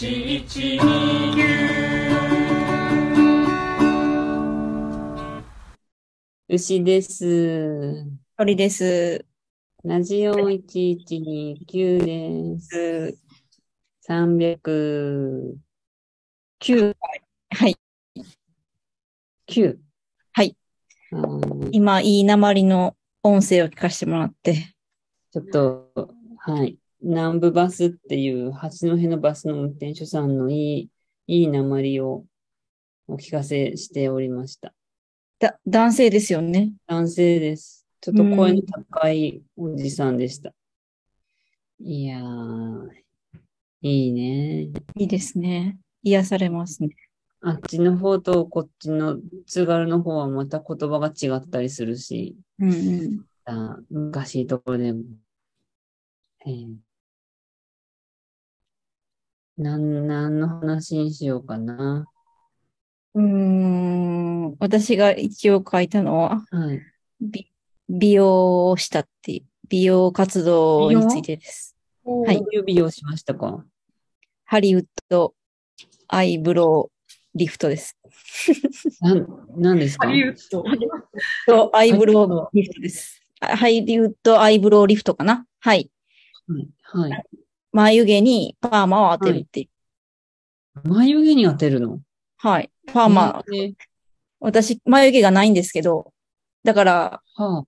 しみ牛です。鳥です。ラジオ1129です。309。はい。 9。はい。あー今、いい鉛の音声を聞かせてもらって。ちょっと、はい。南部バスっていう、八戸のバスの運転手さんのいい、いい鉛をお聞かせしておりました。だ、男性ですよね。男性です。ちょっと声の高いおじさんでした。いやー、いいね。いいですね。癒されますね。あっちの方とこっちの津軽の方はまた言葉が違ったりするし、うんうん。あ難しいところでも。えーなん、なんの話にしようかな。うーん。私が一応書いたのは、はい。美美容をしたっていう、美容活動についてです。はい。指をしましたかハリウッドアイブロウリフトです。なん、なんですかウッド。とアイブロウリフトです。あハリウッドアイブロウリフトかなはい。はい。はい。眉毛にパーマを当てるっていう。眉毛に当てるのはい。パーマ、えー私、眉毛がないんですけど、だから、はあ。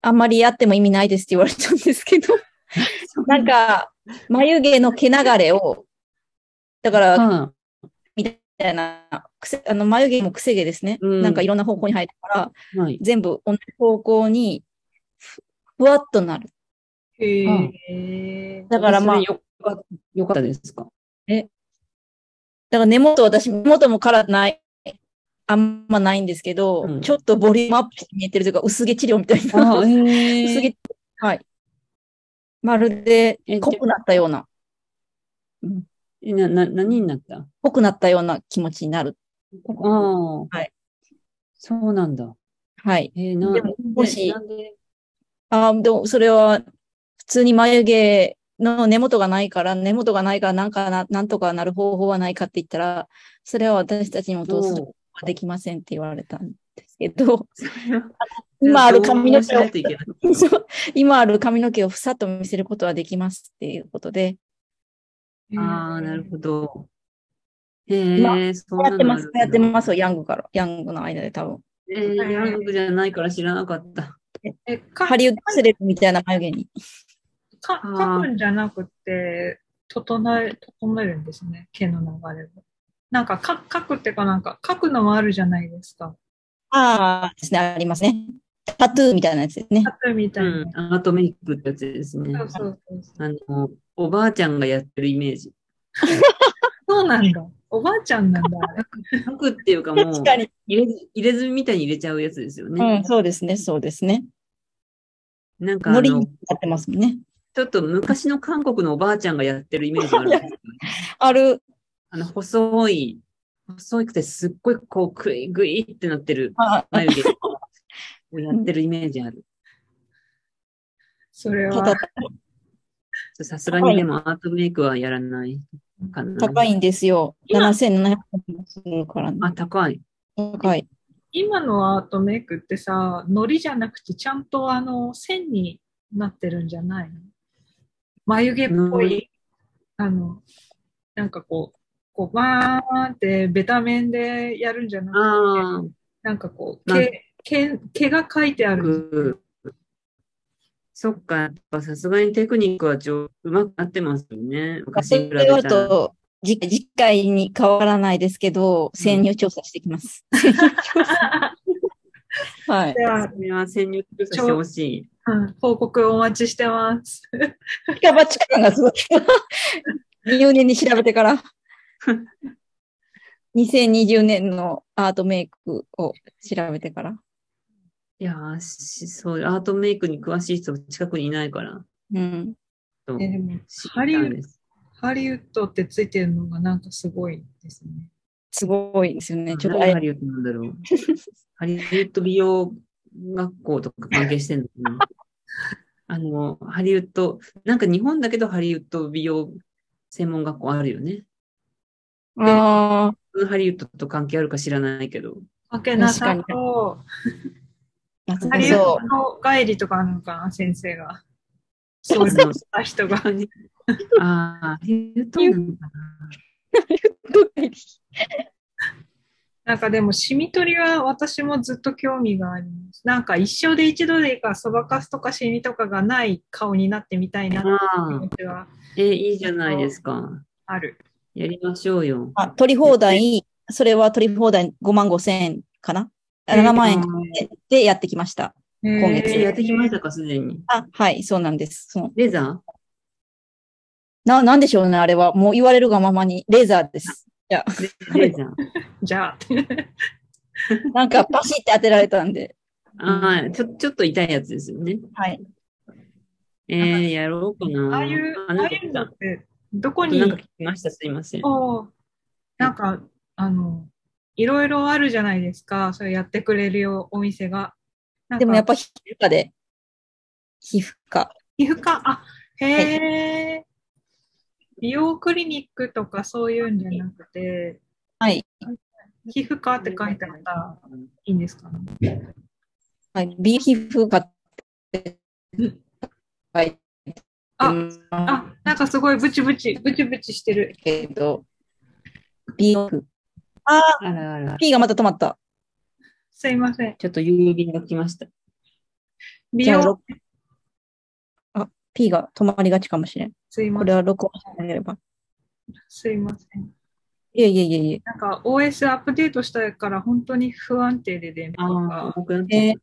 あんまりやっても意味ないですって言われたんですけ ど、なんか、眉毛の毛流れを、だから、みはたいな、癖あの眉毛も癖毛ですね。うんなんかいろんな方向に入るから、あ、はい。全部同じ方向にふ、ふわっとなる。へえ。だからまあ、そだれかよかっよかったですから根元、私、根元もカラーない、あんまないんですけど、うんちょっとボリュームアップして見えてるというか、薄毛治療みたいな。あ、え薄ー、毛、はい。まるでえ濃くなったような、えな、な、何になったあ濃くなったような気持ちになる。あー。はいそうなんだ。はい。えー、な、でももしなんで、あーでも、それは、普通に眉毛の根元がないから、根元がないから、なんかな、なんとかなる方法はないかって言ったら、それは私たちにもどうするおこうとはできませんって言われたんですけど、今今ある髪の毛をない、といけない。そう今ある髪の毛をふさっと見せることはできますっていうことで、ああ、なるほど。えー、まそうなやっんてだます、やってますよ、ヤングから、ヤングの間で多分。えー、ヤングじゃないから知らなかった。え、か、ハか、リウッドセレブみたいな眉毛に。かあーくんじゃなくて、整え、整えるんですね。毛の流れを。なんか、か、かくってかなんか、かくのもあるじゃないですか。ああ、ですね、ありますね。タトゥーみたいなやつですねタ。トゥーみたういん、アートメイクってやつですねな。。そうそうそうそう。あの、おばあちゃんがやってるイメージ。そうなんだ。おばあちゃんなんだ。書くっていうかもう、に。入れ入れ墨みたいに入れちゃうやつですようねん、。そうですね、そうですね。なんかあノリのに、なってますもんね。ちょっと昔の韓国のおばあちゃんがやってるイメージがあるんですけ ど、ある、あの、細い、細くてすっごいこう、くいぐいってなってるああ、眉毛をやってるイメージある。それたはだ、さすがにでもアートメイクはやらないかな。高いんですよ。今7700円もするからね。あ、高い。高い。今のアートメイクってさ、ノリじゃなくて、ちゃんとあの、線になってるんじゃないの眉毛っぽノい、あの、なんかこう、こう、バーンってベタ面でやるんじゃなくて、あなんかこう、なん毛、毛、毛が描いてああ、る。くそっか、やっぱさすがにテクニックは上うまくなってますよね。昔そに比べれはたら。と、次回次回に変わらないですけど、潜入調査して きます。はい。では、それは潜入調査してほしい。うん報告お待ちしてます。近場近感がすごい。20年に調べてから。2020年のアートメイクを調べてから。いやーし、そう、アートメイクに詳しい人近くにいないから、うん。ちょっとえでも知ハりリたウいッでド、す。ハリウッドってついてるのがなんかすごいですね。すごいですよね。ちょっとあ何やハリウッドなんだろう。ハリウッド美容学校とか関係してんのかな あの、ハリウッド、なんか日本だけどハリウッド美容専門学校あるよね。あハリウッドと関係あるか知らない けど。関係なさそう。あ、なさハリウッそドの帰りとかなのかな、先生が。そういうのした 人が。ああ、ハリウッドなのかな。う。なんかでも、シミ取りは私もずっと興味があります。なんか一生で一度でいいから、そばかすとかシミとかがない顔になってみたいなって気ああ持、ちはえ、いいじゃないですか。ある。やりましょうよ。あ、取り放題、それは取り放題5万5千円かなあえー ?7 万円でやってきました。今月え、やってきましたか、すでに。あ、はい、そうなんです。そのレザな、なんでしょうね、あれは。もう言われるがままに、レーザーです。ーレザー。じゃあ、なんかパシって当てられたんで。ああ、ちょ、ちょっと痛いやつですよね。はい。えー、やろうかな。ああいう、あ、あなあんかい来うのたっ。て、どこになんか聞きました、すいません。おーなんか、あの、いろいろあるじゃないですか、それやってくれるよ、お店が。なんかでもやっぱ皮膚科で。皮膚科。皮膚科、あ、へえ、美容クリニックとかそういうんじゃなくて、はい。皮膚科って書いてあったらいいんですかね。はい、美皮膚科って。はい。あああ、なんかすごいブチブチ、ブチブチしてる。けど、B の、あらあら。 P がまた止まった。すいません。ちょっと郵便が来ました。美じゃあ、容、ろあ、P が止まりがちかもしれん。すいこませれん。は録音してあげれば。すいません。いえいえいえいえ。なんか OS アップデートしたから本当に不安定で電波ああが、。重くなっちゃえっ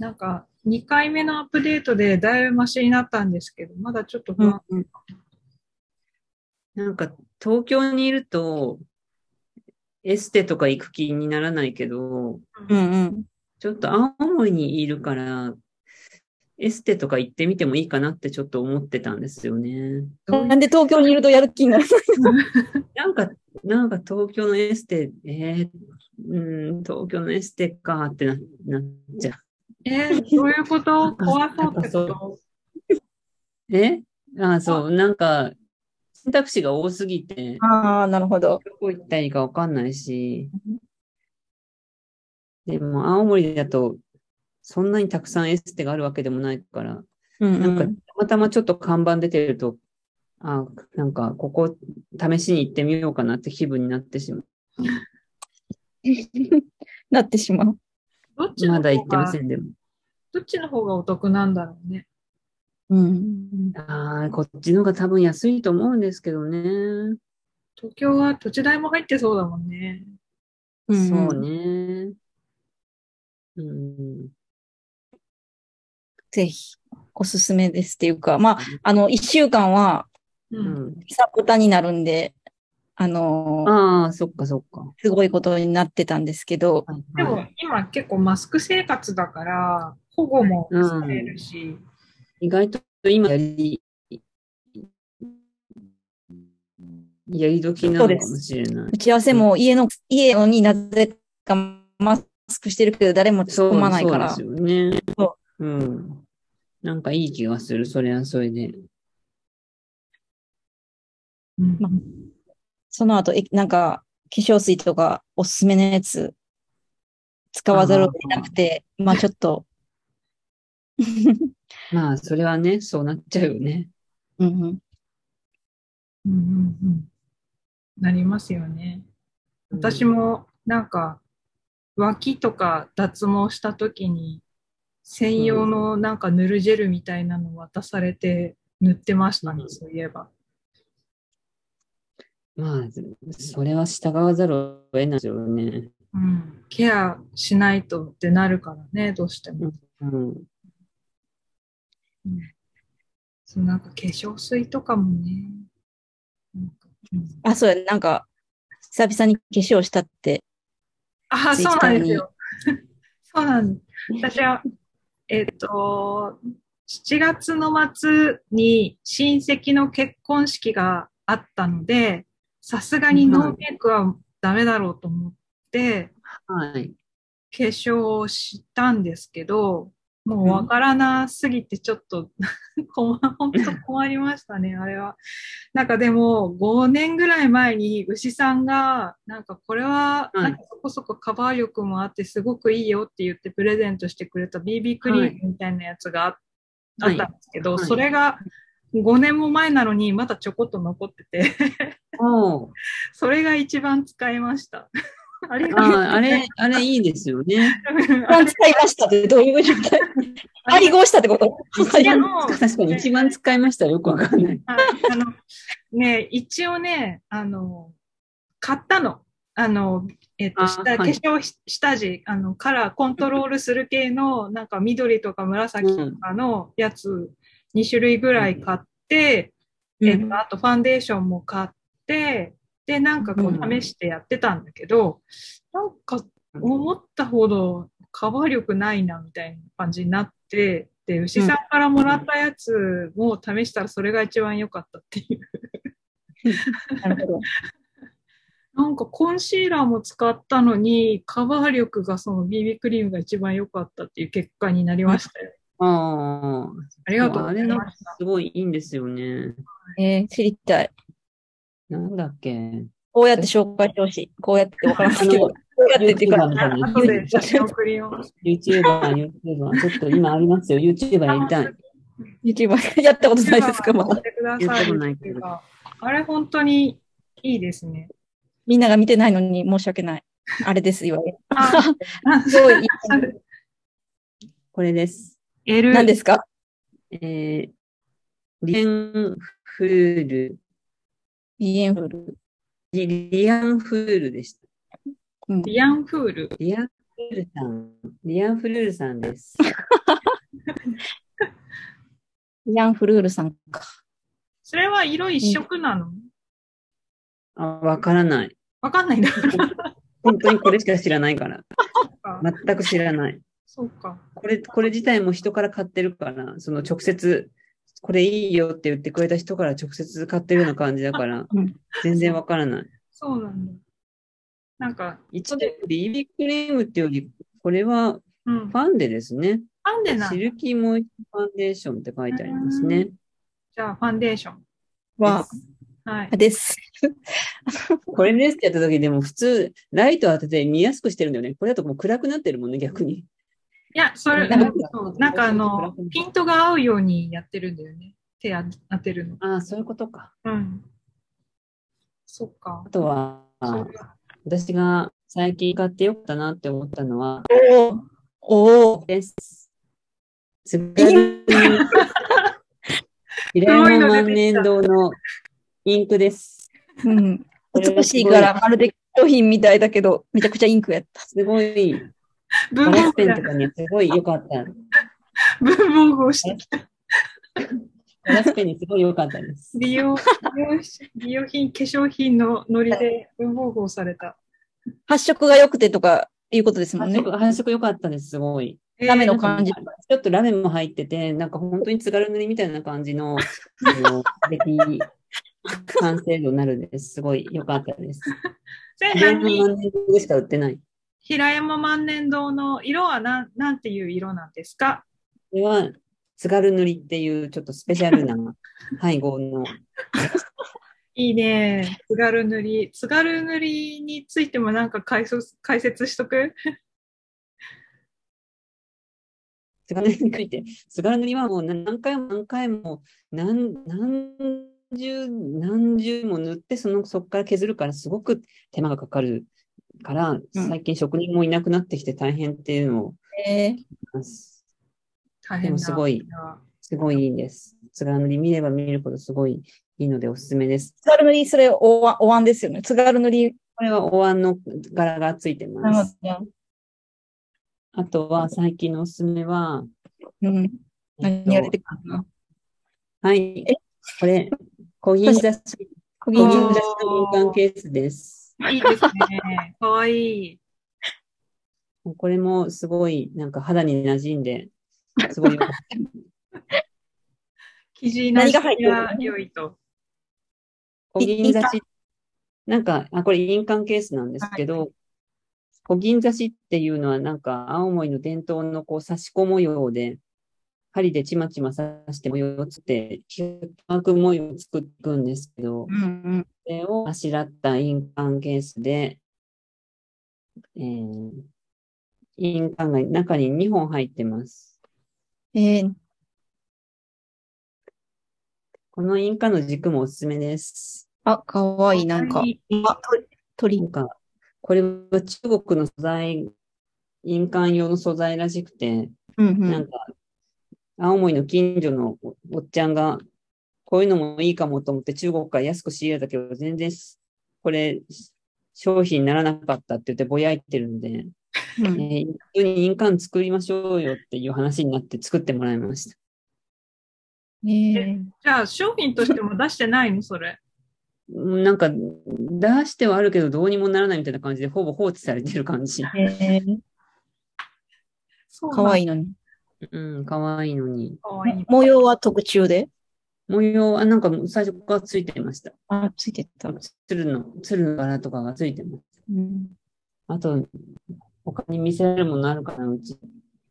なんか2回目のアップデートでだいぶマシになったんですけど、まだちょっと不う安ん。うんた。なんか、東京にいると、エステとか行く気にならないけど、うん。ちょっと青森にいるから、エステとか行ってみてもいいかなってちょっと思ってたんですよね。どういなんで東京にいるとやる気になるなんか、なんか東京のエステ、えー、うん、東京のエステかってななっちゃえー、どういう こと怖そうってそこうとう。えあーそう、なんか、選択肢が多すぎて、ああ、なるほど。どこ行ったらいいかわかんないし、でも青森だと、そんなにたくさんエステがあるわけでもないから、うんなんかうん。、たまたまちょっと看板出てると、あ、なんか、ここ、試しに行ってみようかなって気分になってしまう。 なってしまう。どっちのま方だ行ってまがせん、でも。どっちの方がお得なんだろうね。うん。ああ、こっちの方が多分安いと思うんですけどね。東京は土地代も入ってそうだもんね。そう。ね。うん。ぜひ、おすすめですっていうか、まあ、あの、一週間は、う。うんん、久々になるんで、あのー、ああ、そっかそっか。すごいことになってたんですけど、はいではもい今結構マスク生活だから、保護もされるし、意外と今やり、やり時なのかもしれない。打ち合わせも家の、家になぜかマスクしてるけど、誰も突そっう込まないかそら、うですよね。。そうん。なんかいい気がする、それはそれで。うんまその後、えなんか、化粧水とかおすすめのやつ、使わざるを得なくて、まあちょっ と、まあ、それはね、そうなっちゃうよね。うんうん、うんうんうんなりますよね。私もなんか、脇とか脱毛した時に、専用のなんか塗るジェルみたいなの渡されて塗ってましたね、うんそういえば。まあ、それは従わざるを得ないですよね。うん。ケアしないとってなるからね、どうしても。うん。そうなんか化粧水とかもね。なんかうんあ、そうや、なんか、久々に化粧したって、ああ、ツイそうッタなーんでにすよ。 そうなんです。私は、えっと、7月の末に親戚の結婚式があったので、さすがにノーメイクはダメだろうと思って、はい。化粧をしたんですけど、もうわからなすぎてちょっと、 困本当困りましたね、あれは。なんかでも、5年ぐらい前に牛さんが、なんかこれは、はいなんかそこそこカバー力もあってすごくいいよって言ってプレゼントしてくれた BB クリームみたいなやつがああはっいたんですけど、はいそれが5年も前なのにまだちょこっと残ってて、 おうそれが一番使いました。ありがとうございああれ、あれいいですよね。一 番使いましたってどういう 状態配合したってこと一番あの確かに一番使いましたらよくわかんない。はいあの、ね、一応ね、あの、買ったの。あの、えっと、あ下、はい化粧し下地、あの、カラーコントロールする系の、なんか緑とか紫とかのやつ、2種類ぐらい買って、えっと、あとファンデーションも買って、で、なんかこううん試してやってたんだけど、なんか思ったほどカバー力ないなみたいな感じになって、で、牛さんからもらったやつも試したらそれが一番良かったっていう。なるほど。なんかコンシーラーも使ったのに、カバー力がその BB クリームが一番良かったっていう結果になりましたよ。あありあ、がとうごあざれいなんまかした。すごいいいんですよね。えー、知りたい。なんだっけ。こうやって紹介してほしい。こうやってわからんけあど、のこうやってっていうか、あ後で写真送りよ。 YouTuber、YouTuber、ちょっと今ありますよ。YouTuber やりたい。 YouTuber やったことないですか、ま送だっ。てくださいやったことないけどあれ本当にいいで すね。みんなが見てないのに申し訳ない。あれです、言われる。あ、すごいいい。これです。 L 何ですかえー、リエンフール。ビエンフル。リリアンフールでした。うんリアンフール。リアンフールさん。リアンフールさんです。ビアンフルールさんか。それは色一色なのあ、わからない。わかんないんだ。本当にこれしか知らないから。か全く知らない。そうか。これ、これ自体も人から買ってるから、その直接、これいいよって言ってくれた人から直接買ってるような感じだからうん、全然わからない。そうなんだ。なんか、一応、BB クリームってより、これはうん。ファンデですね。ファンデなシんルキーモイストファンデーションって書いてありますね。じゃあ、ファンデーション。は、はい。です。これですってやった時でも普通、ライト当てて見やすくしてるんだよね。これだともう暗くなってるもんね、逆に。いや、それ、ななんんかかなんかあの、ピントが合うようにやってるんだよね。手あ当てるの。ああ、そういうことか。うん。そっかあ。とは、そうか私が最近買ってよかったなって思ったのは、おーおーです。すごい。平山万年堂のインクです。うん。これは美すしごいいから、まるで商品みたいだけど、めちゃくちゃインクやった。すごい、文ガラ房スペ具ンだと。かにはすごい良かった。文房具をしてガラスペンにすごい良かったです。美容、美容し、美容品、化粧品のノリで文房具をされた。発色が良くてとか、いうことですもん発ね。色、発色良かったです、すごい。ダメのなんか感じ。ちょっとラメも入ってて、なんか本当に津軽塗りみたいな感じの、あの、出来、完成度になるんです。すごい良かったです。えー平山前半に万年堂でしか売ってない。平山万年堂の色はなん、なんていう色なんですかこれは、津軽塗りっていうちょっとスペシャルな 配合の。いいね。津軽塗り。津軽塗りについてもなんか解説、解説しとく津軽塗りについて、津軽塗りはもう何回も何回も何何十何十も塗ってそのそこから削るからすごく手間がかかるから、最近職人もいなくなってきて大変っていうのをえ聞きます。大で変もだ。すごい、あすごいいいです。津軽塗り見れば見るほどすごいいいのでおすすめです。津軽塗り、それ、おわ、お椀ですよね。津軽塗り。これはお椀の柄がついてます。あとは最近のおすすめは、うん。何がえっ出とてくるかな。はいえ。これ、コギンザス、コ小ギン木ザスの印鑑ケースです。いいです ね。かわいい。これもすごい、なんか肌に馴染んで、す ごい良かった。生地な何しが入ってるのが良いと。コギンザシなんか、あ、これ印鑑ケースなんですけど、こう銀刺しっていうのはなんか青森の伝統のこう刺し子模様で、針でちまちま刺して模様をつって、九角模様を作っていくんですけど、うんうん。それをあしらった印鑑ケースで、えー、印鑑が中に2本入ってます。えーこの印鑑の軸もおすすめです。あ、かわいい、なんか。あ、鳥な。んか、これは中国の素材、印鑑用の素材らしくて、うんうなんん。か、青森の近所のおおっちゃんが、こういうのもいいかもと思って中国から安く仕入れたけど、全然し、これ、商品にならなかったって言ってぼやいてるんで、うえんー普通に印鑑作りましょうよっていう話になって作ってもらいました。えーじゃあ商品としても出してないのそれ。うんなんか、出してはあるけどどうにもならないみたいな感じで、ほぼ放置されてる感 じ。えーそうかわいいいのに。うん、可愛いのに。かわいい。模様は特注で模様はなんか最初からついてました。あ、ついてた。鶴の、鶴の柄とかがついてます。うんあと、他に見せられるものあるかな、うち。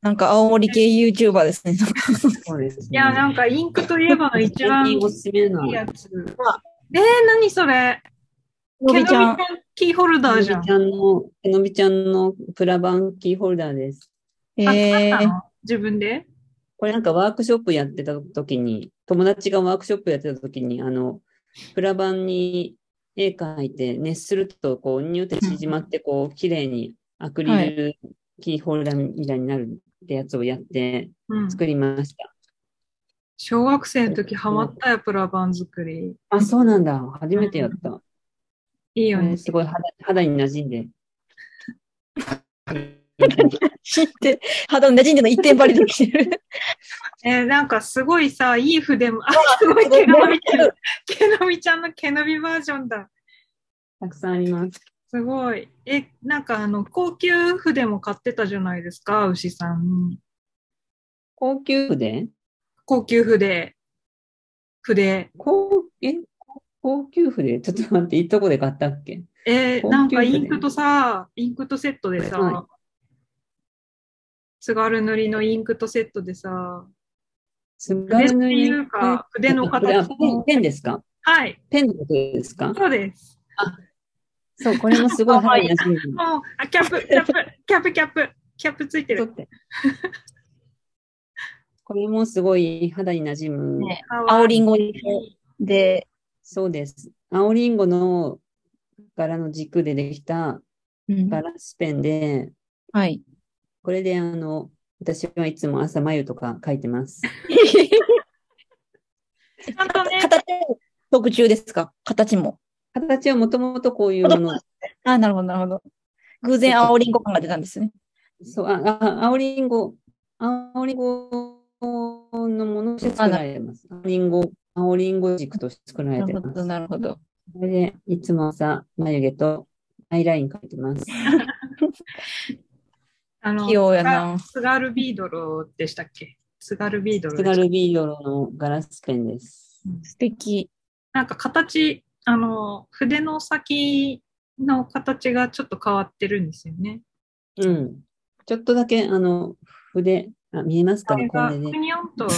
なんか青森系 YouTuber ですね。そうです、ね。いや、なんかインクといえば一番最い近おすすめないのは、やつ。えー、何それのびちゃん毛。キーホルダーのびじちゃん。ゃんの、のびちゃんのプラバンキーホルダーです。えあ買ーった の自分でこれなんかワークショップやってた時に、友達がワークショップやってた時に、あの、プラ板に絵描いて熱すると、こう、ニューって縮まって、こう、綺麗にアクリルキーホルダーみたいになるってやつをやってうん。作りました。小学生の時ハマったよ、プラバン作り。あ、そうなんだ。初めてやった。いいようねん。すごい肌肌に馴染んで。知って、肌に馴染んでの一点張りできて る。えーなんかすごいさ、いい筆も、あ、すごい毛のびちゃん、毛のびちゃんの毛のびバージョンだ。たくさんあります。すごい。え、なんかあの、高級筆も買ってたじゃないですか、牛さんに。高級筆高級筆。筆。高、え高級筆ちょっと待って、いいとこで買ったっけえーなんか高級筆インクとさ、インクとセットでさ、は津軽塗りのインクとセットでさ、すご筆っていうか、筆の形の。ペンですかはい、ペンのことですかそうです。そう、これもすごい肌に馴染んでるもう、あ、キャップ、キャップ、キャップ、キャップ、キャップついて取る。って。 これもすごい肌に馴染む。ね青青りんごにい。で、そうです。青リンゴの柄の軸でできたうんガラスペンで、はい。これであの、私はいつも朝眉とか描いてます。ちゃんとね、 形も特注ですか形も。形はもともとこういうもの。あ、なるほど、なるほど。偶然青りんご感が出たんですね。そう、あ、あ青リンゴ、青リンゴのものとして作られてます。青リンゴ、青リンゴ軸として作らなれてるほますど、。なるほど。これで、いつも朝、眉毛とアイライン描いてます。あの、器用やな津軽ビードロでしたっけ津軽ビードロ津でした軽ビードロのガラスペンです。素敵。なんか形、あの、筆の先の形がちょっと変わってるんですよね。うん。ちょっとだけ、あの、筆、あ、見えますこかれね、が、こくれでね。にょんと、ち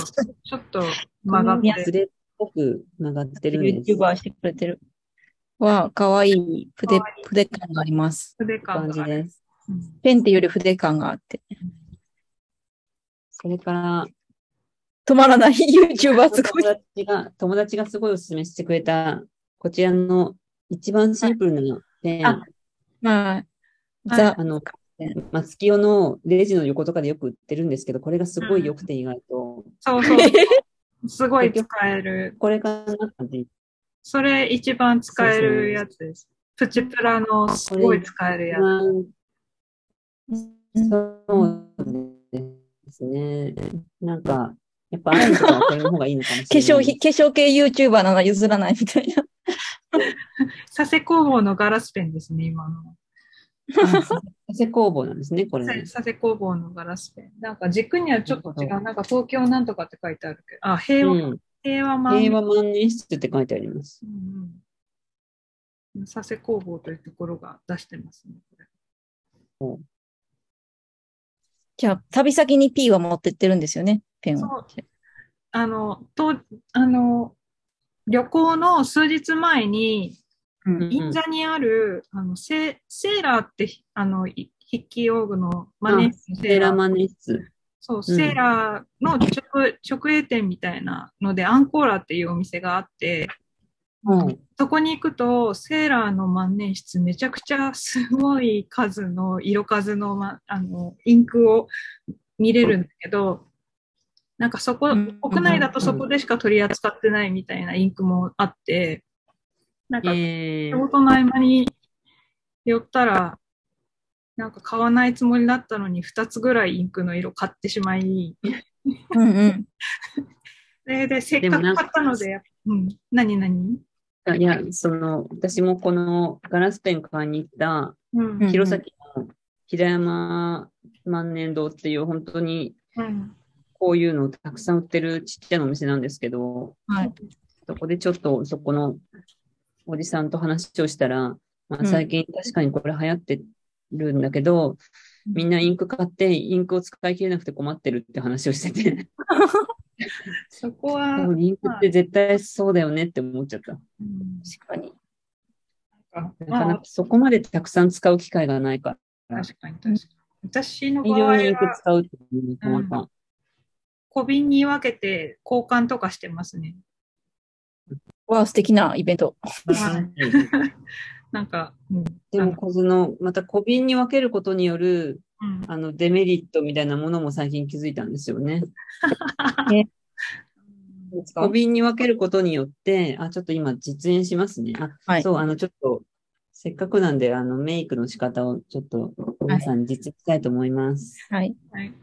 ょっと曲 がっこのて、筆っぽく曲がってるんです。 YouTuber してくれてる。わあ、かわいい。筆かわい、筆感があります。筆感感じがある。です。うんペンっていうより筆感があって。それから、止ま らない YouTuber すご友い。達が、友達がすごいおすすめしてくれた、こちらの一番シンプルなペン、ああはい。はいザ、の、松清のレジの横とかでよく売ってるんですけど、これがすごい良くて意外と、そうそ う。すごい使える。これがなんかねそれ一番使えるやつです。プチプラのすごい使えるやつ。うんそうですね。なんか、やっぱアイとかはこれの方がいいのかもし化れない。粧品、化粧系 YouTuber なら譲らないみたいな。佐世工房のガラスペンですね、今の。あ。佐世工房なんですね、これ。佐世工房のガラスペン。なんか軸にはちょっと違う。なんか東京なんとかって書いてあるけど。あ、平和、うん、平和漫平和万年筆って書いてあります。うんうん。佐世工房というところが出してますね。これじゃあ、旅先に P は持ってってるんですよね、ペンそをう。あの、と、あの、旅行の数日前に、うんうん銀座にある、あの、セセーラーって、あの、い筆記用具のマネージャーセーラーマネ室。そう、セーラーの直直営店みたいなので、アンコーラっていうお店があって、うん。そこに行くと、セーラーの万年筆、めちゃくちゃすごい数の、色数の,、ま、あのインクを見れるんだけど、なんかそこ、うん国内だとそこでしか取り扱ってないみたいなインクもあって、なんかえ仕ー、事の合間に寄ったら、なんか買わないつもりだったのに2つぐらいインクの色買ってしまい、うんうん。で、でせっでもかなんくか買ったので、うん、何何いや、その、私もこのガラスペン買いに行った、うん。うん弘前の平山万年堂っていう、本当にうん。こういうのをたくさん売ってるちっちゃなお店なんですけど、はい。そこでちょっとそこのおじさんと話をしたら、まうあ、ん最近確かにこれ流行ってるんだけど、うんみんなインク買ってインクを使い切れなくて困ってるって話をして て、そこは、多分インクって絶対そうだよねって思っちゃった。うん確かに。なんかなかなかそこまでたくさん使う機会がないから、まあ確かに確かに。私の場大量合にインクは使うっていうのに困った。小瓶に分けて交換とかしてますね。わあ、素敵なイベント。 はいなんか、うん。でも、この、また小瓶に分けることによる、うん、あの、デメリットみたいなものも最近気づいたんですよね。小瓶に分けることによって、あ、ちょっと今実演しますね。あ、はいそう、あの、ちょっと、せっかくなんで、あの、メイクの仕方をちょっと皆さんに実演したいと思います。はい。はい。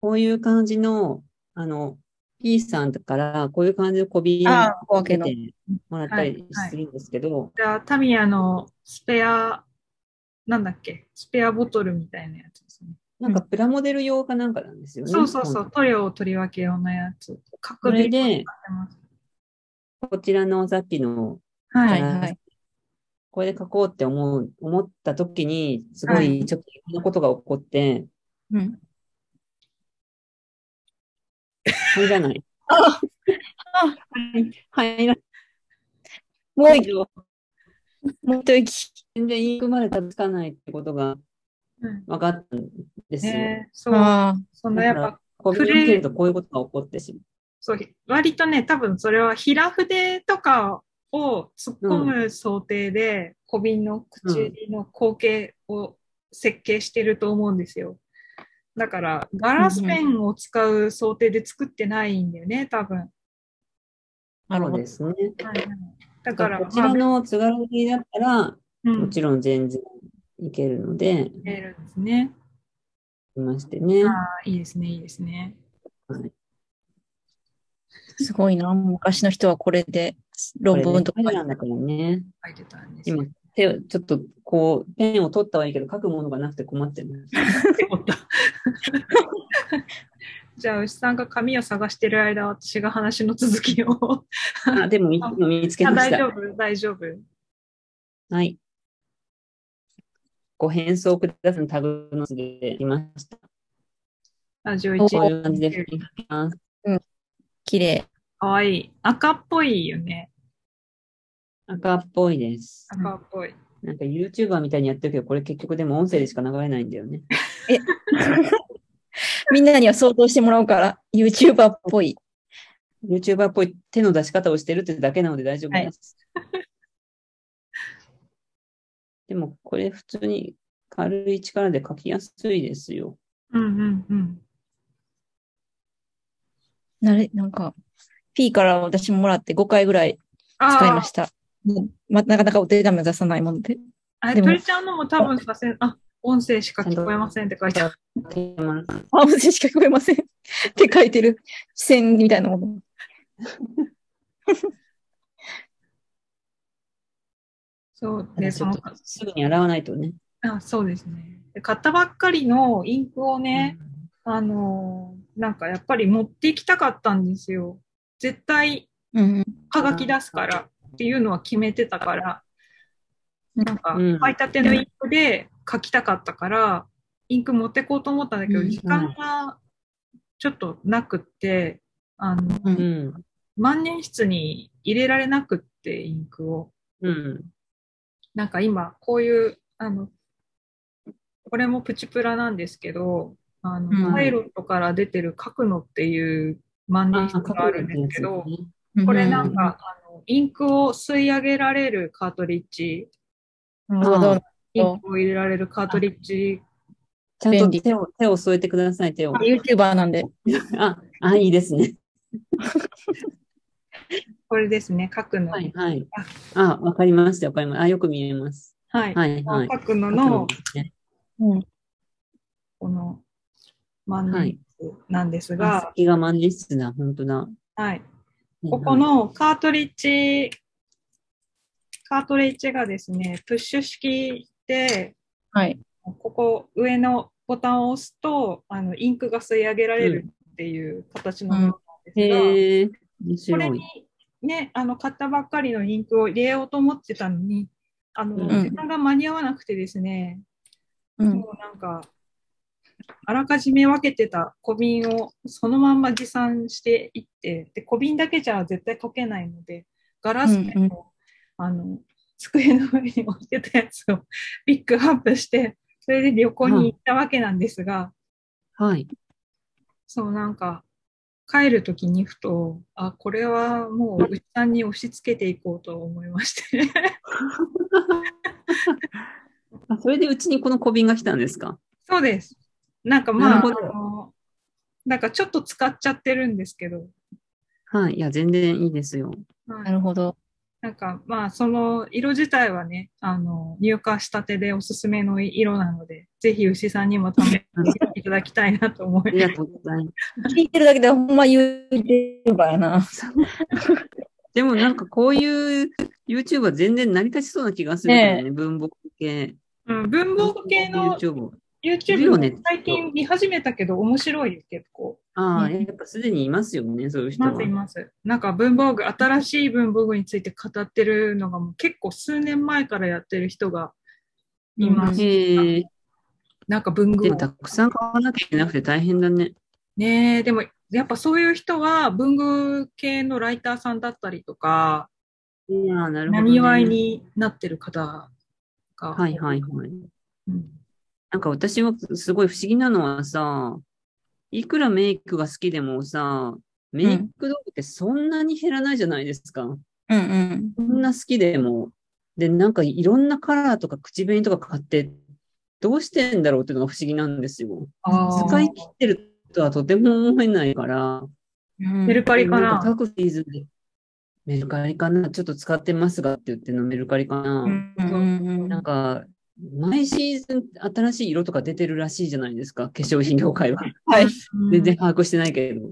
こういう感じの、あの、P さんから、こういう感じの小瓶をああ、小分け分けの。てもらったりするんですけど、じゃあ、タミヤのスペア、なんだっけ、スペアボトルみたいなやつですね。なんかプラモデル用かなんかなんですよね。そうそうそう、塗料を取り分け用のやつ。こ隠れれてで、ます。こちらのさっきのは。はいい、はい。これで書こうって思う、思った時に、すごはいいちょっといろんなことが起こって、うん。入らない。あはい入らもうないい、。もう一息。全然インクまでたつかないってことがうん分かったんですよ。ね、そう、あそのやだっからぱ、、これを見てるとこういうことが起こってしそう、割とね、多分それは平筆とかを突っ込む想定で、小瓶の口の光景を設計してると思うんですよ。だから、ガラスペンを使う想定で作ってないんだよね、多分。まあ、なう。るそうほどで。すね。だだかからら、こちらの津軽にだったら、まあ、うもん、ちろん全然いけるので、見えるんですね。いましてね。ああ、いいですね、いいですね。はいすごいな。昔の人はこれで論文とかこ。れね彼らだからね。書いてたんですよ。今、手を、ちょっと、こう、ペンを取ったはいいけど、書くものがなくて困ってる。 じゃあ、牛さんが紙を探してる間、私が話の続きを。 あ、でも、いいの見つけあまし大丈た。夫、大丈夫。はい。ご返送くださいのタグの図でいました。ラジオお1こういう感じで書きます。綺麗。かわいい。赤っぽいよね。赤っぽいです。赤っぽい。なんか YouTuber みたいにやってるけど、これ結局でも音声でしか流れないんだよね。みんなには想像してもらうから、YouTuber っぽい。 YouTuber っぽい手の出し方をしてるってだけなので大丈夫です。 でも、これ普通に軽い力で書きやすいですよ。うんうんうん。なれ、なんか、P から私ももらって5回ぐらいあ使いまあした。うんま、なかなかお手紙を出さないもので。あれ、でも鳥ちゃんのも多分させん、あ、音声しか聞こえませんって書いてある。テーマあ、文字しか聞こえません。って書いてる。視線みたいなもの。そう。で、ちそょっのと、すぐに洗わないとね。あ、そうですね。で買ったばっかりのインクをね、あのーなんかやっぱり持っていきたかったんですよ。絶対、うん。はがき出すからっていうのは決めてたから、うんなんかうん、買いたてのインクで、書きたかったから、インク持ってこうと思ったんだけど、うん時間がちょっとなくって、あの、うん。万年筆に入れられなくって、インクを。うん。なんか今、こういう、あの、これもプチプラなんですけど、あの、うんパイロットから出てる書くのっていう万年筆があるんですけど、これなんか、あの、インクを吸い上げられるカートリッジ、なるほど。インクを入れられるカートリッジ、ちゃんと便利手を、手を添えてください、手を。 YouTuber なんで。あ、あ、いいですね。これですね、書くの。はい、はい。あ、わかりました、わかりました。あ、よく見えます。はい。はい、はい。書くのそうの、ですねうん。この万年筆なんですあが、先が満実だ、本当だ。はい。ねここ、のカートリッジ、カートリッジがですね、プッシュ式で、はい。ここ上のボタンを押すと、あの、インクが吸い上げられるっていう形のものなんですが、へえ、面これ白い。にね、あの、買ったばっかりのインクを入れようと思ってたのに、あの、うん時間が間に合わなくてですね、うん。もうなんか、あらかじめ分けてた小瓶をそのまんま持参していって、で、小瓶だけじゃ絶対溶けないので、ガラスペうンを、んうんあの、机の上に置いてたやつをピックアップして、それで旅行に行ったわけなんですが、はい。そうなんか、帰るときにふと、あ、これはもう牛さんに押し付けていこうと思いまして。 あ、それでうちにこの小瓶が来たんですかそうです。なんかまあ、なるほあのなんかちょっと使っちゃってるんですけど、はい。いや、全然いいですよ。はいなるほど。なんかまあその色自体はね、あの入荷したてでおすすめの色なので、ぜひ牛さんにも試していただきたいなと思あいりまがす。とうございます。聞いてるだけでほんま YouTuber やな。でもなんかこういう YouTube は全然成り立ちそうな気がするからねね。文房具系。うん、文房具系の YouTube。いる YouTube よもね最近見始めたけど面白いよ結構。ああ、ねやっぱすでにいますよね、そういうい人は。ますいます。なんか文房具、新しい文房具について語ってるのがもう結構数年前からやってる人がいます。へえ。なんか文具でをもたくさん買わなきゃいけなくて大変だね。ねえ、でもやっぱそういう人は文具系のライターさんだったりとか、いやー、なるほど、ね。なにわいになってる方が。はいはいはい。うんなんか私はすごい不思議なのはさ、いくらメイクが好きでもさ、メイク道具ってそんなに減らないじゃないですか。うんうん。そんな好きでも。で、なんかいろんなカラーとか口紅とか買って、どうしてんだろうっていうのが不思議なんですよ。あー使い切ってるとはとても思えないから。うんメルカリなかんな。各シーズンで。メルカリかなちょっと使ってますがって言ってんのメルカリかな、うんうんうんなんか、毎シーズン新しい色とか出てるらしいじゃないですか、化粧品業界は。はい。うん全然把握してないけれど。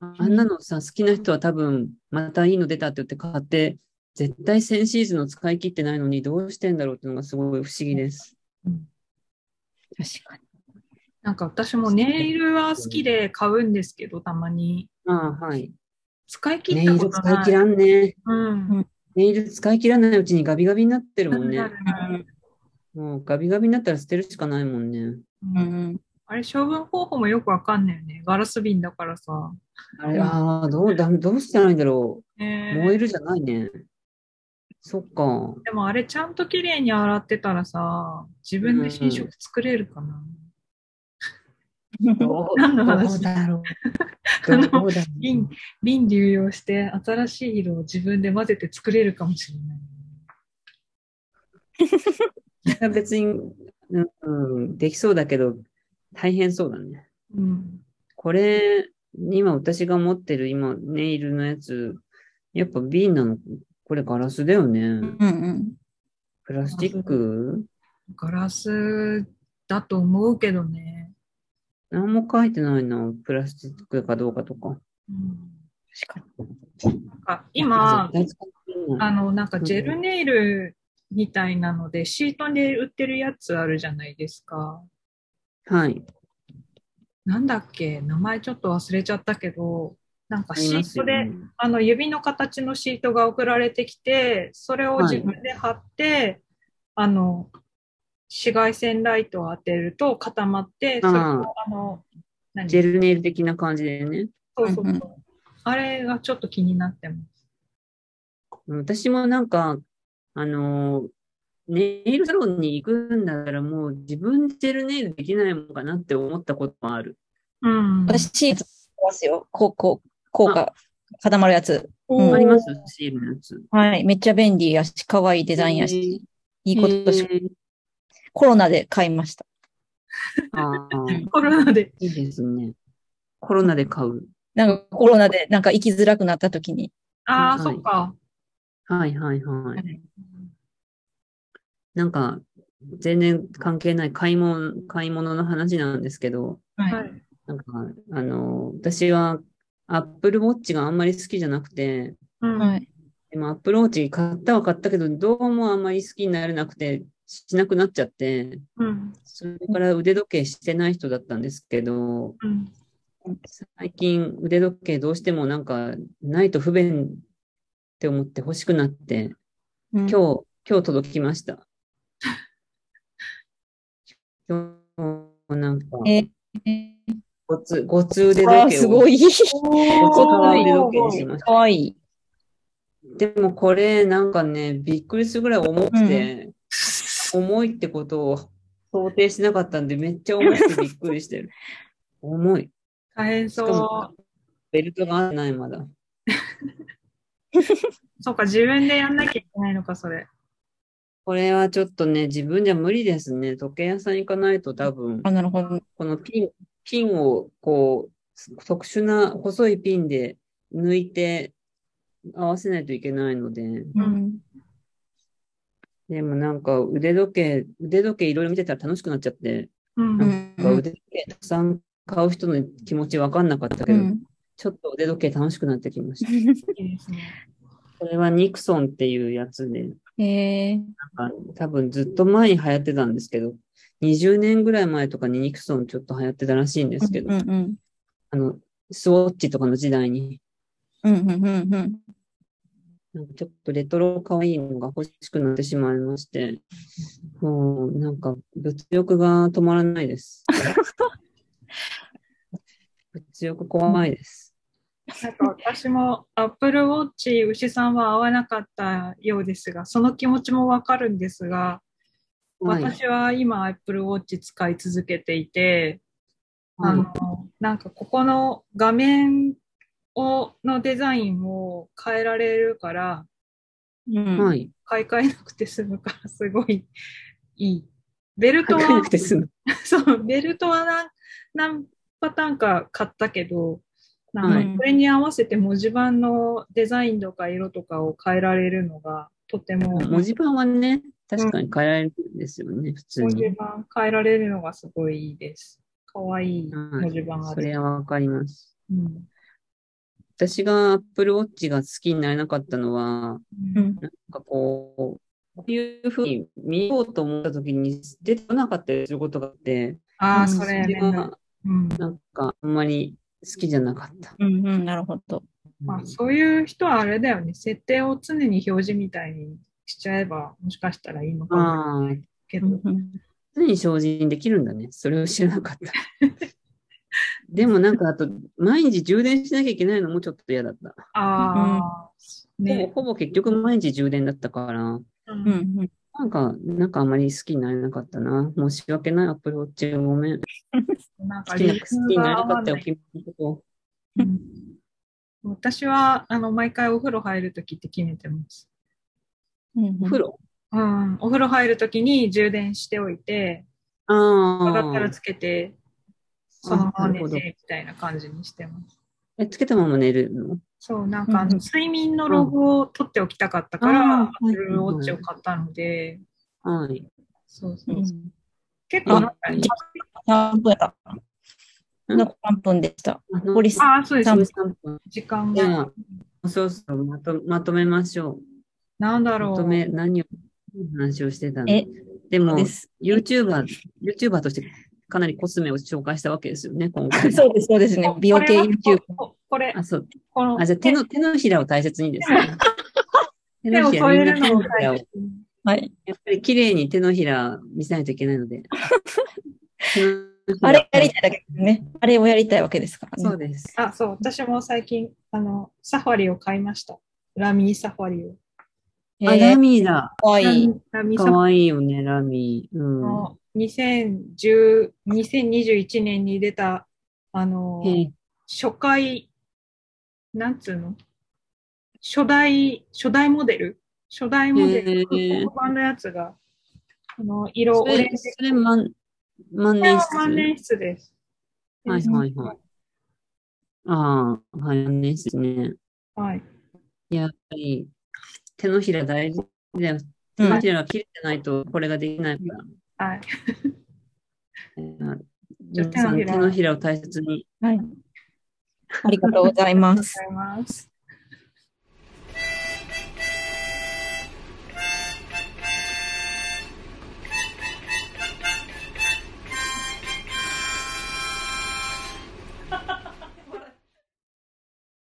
あんなのさ、好きな人は多分、またいいの出たって言って買って、絶対先シーズンの使い切ってないのにどうしてんだろうっていうのがすごい不思議です。確かに。なんか私もネイルは好きで買うんですけど、たまに。ああ、はい。使い切ネっイたルこと使いない。切らんね。うん。ネイル使い切らないうちにガビガビになってるもんね な。るなるもうガビガビになったら捨てるしかないもんね。ううんんあれ、処分方法もよくわかんないよね。ガラス瓶だからさ。あれ、ああ、どうだ、どうしてないんだろう。ねえ燃えるじゃないね。そっか。でもあれ、ちゃんと綺麗に洗ってたらさ、自分で新色作れるかな。うん。ど何の話うだろう。あのどうだろう瓶。、瓶流用して、新しい色を自分で混ぜて作れるかもしれない。いや別に、うんうん、できそうだけど、大変そうだね。うん。これ、今私が持ってる今、ネイルのやつ、やっぱ瓶なの。これガラスだよね。うんプラスチックガラスだと思うけどね。何も書いてないな。プラスチックかどうかとか。うん、確かなんか今絶、対使ってないあの、なんかジェルネイルみたいなので、シートで売ってるやつあるじゃないですか。はい。なんだっけ、名前ちょっと忘れちゃったけど、なんかありシますートよで、ね。あの指の形のシートが送られてきて、それを自分で貼って、あの、紫外線ライトを当てると固まって、それをああの、何ジェルネイル的な感じでね。そうそうそううんうんあれがちょっと気になってます。私もなんか、あのー、ネイルサロンに行くんだったらもう自分でジェルネイルできないもんかなって思ったこともある。うん。私、シールますよ。こう、こう、効果、固まるやつ。おーありますシールのやつ。はい。めっちゃ便利やし、可愛いデザインやし、いいことし、コロナで買いました。ああ、いコロナで。いですね。コロナで買う。なんかコロナでなんか生きづらくなった時に。はああ、いそっか。はいはいはい。なんか、全然関係ない買い物、買い物の話なんですけど、は。はいなんか、あのー、私は Apple Watch があんまり好きじゃなくて、うん。はい。でもアップローチ買ったは買ったけど、どうもあんまり好きになれなくて、しなくなっちゃって、うん。それから腕時計してない人だったんですけど、うん。最近腕時計どうしてもなんかないと不便って思って欲しくなって、今今日、今日届きました。 今日、なんか、えー、ごつ、ごつ腕あ時ー計すをご、い。ごつ可愛腕い時計にしま した。かわいい。でもこれなんかね、びっくりするぐらい重くて、重いってことを想定しなかったんで、めっちゃ重くてびっくりしてる。重い。大変しかもそベルトが合ってない、まだ。う。そうか、自分でやんなきゃいけないのか、それ。これはちょっとね、自分じゃ無理ですね。時計屋さん行かないと多分、あ、なるほど。このピン、ピンをこう、特殊な細いピンで抜いて合わせないといけないので、うん。でもなんか腕時計、腕時計いろいろ見てたら楽しくなっちゃって、う。うんん。なんか腕時計たくさん買う人の気持ち分かんなかったけうど、んちょっと腕時計楽しくなってきました。いいですね。これはニクソンっていうやつで、えー、なんか多分ずっと前に流行ってたんですけど、20年ぐらい前とかにニクソンちょっと流行ってたらしいんですけど、うんうん。あの、スウォッチとかの時代に、うんうんうんうん。なんかちょっとレトロ可愛いのが欲しくなってしまいまして、もうなんか物欲が止まらない です。物欲怖いです。なんか私も Apple Watch 牛さんは合わなかったようですが、その気持ちもわかるんですが、はい私は今 Apple Watch 使い続けていて、あの、なんかここの画面を、のデザインを変えられるから、うんはい。買い替えなくて済むから、すごいいい。ベルト書かはなく、て済む。 そう、ベルトは何何パターンか買ったけど、なはんいかこれに合わせて文字盤のデザインとか色とかを変えられるのが、とても、 文字盤はね、確かに変えられるんですよね、普通文字に。盤変えられるのがすごいいいです。かわいいはい文字盤があそる。れはわかります。うん私が Apple Watch が好きになれなかったのは、ううんんなんかこう、こういうふうに見ようと思った時に出てこなかったりすることがあって、ああ、うんそれ、それねはうんなんかあんまり好きじゃなかった。うんうん、なるほど。まあ、そういう人はあれだよね、設定を常に表示みたいにしちゃえば、もしかしたらいいのかもしれなあいあ、けうどん。うん常に精進できるんだね。それを知らなかった。でもなんかあと、毎日充電しなきゃいけないのもちょっと嫌だった。ああ、ほぼね。ほぼ結局毎日充電だったから、ううんんなんか、なんかあんまり好きになれなかったな。申し訳ない、アップルウォッチごめん。なん好かき理な、由好きにながれな合かわったなよ、い。君のこうん私は、あの、毎回お風呂入るときって決めてます。うんと。お風呂うん。お風呂入るときに充電しておいて、上がったあらあ。つけて、そのままあなる寝ほて、どみたいな感じにしてます。え、つけたまま寝るのそう、なんかあうんうの、ん。睡眠のログを取っておきたかったかあら、あ Apple Watch を買ったので、はい。そうそううん結構なんか、あ何分やっうたん残り3分でした。あの残り、ああ、そうです三ね。 3分。時間じゃが。あ、そろそろまとまとめましょなんだう。ろまう。とめ、何を、どういう話をしてたのえでもで、す。 YouTuber、YouTuber としてかなりコスメを紹介したわけですよね、今回。 そうです、そうですね。美容系 YouTube。ここれあ、、そう。こ のあ、じゃあ手の、手のひらを大切にですね。手手をのひら、添みえんなる手ののをひらを。あはい。やっぱり綺麗に手のひら見せないといけないの で。あれやりたいだけですね。あれをやりたいわけですからね。そうです。あ、そう、私も最近、あの、サファリを買いました。ラミーサファリを。あ、えラー、ミーだ。かわいい。ラミーかサファわいいよね、ラミー。リうの2010 2021年に出た、あのん。、へえ初回、なんつうの初代、初代モデル初代モデへル、ー黒版のやつが、あの、色、そオレンれジ。、それ万、万年これは万筆年筆です。はいはいはい。ああ、はい、万年筆ね。はい。やっぱり、手のひら大事だよ。う手のんひらが切れてないと、これができないから。はい。うんじゃあ皆さん手のひら手のひらを大切に。はい。ありがとうございます。ありがとうございます。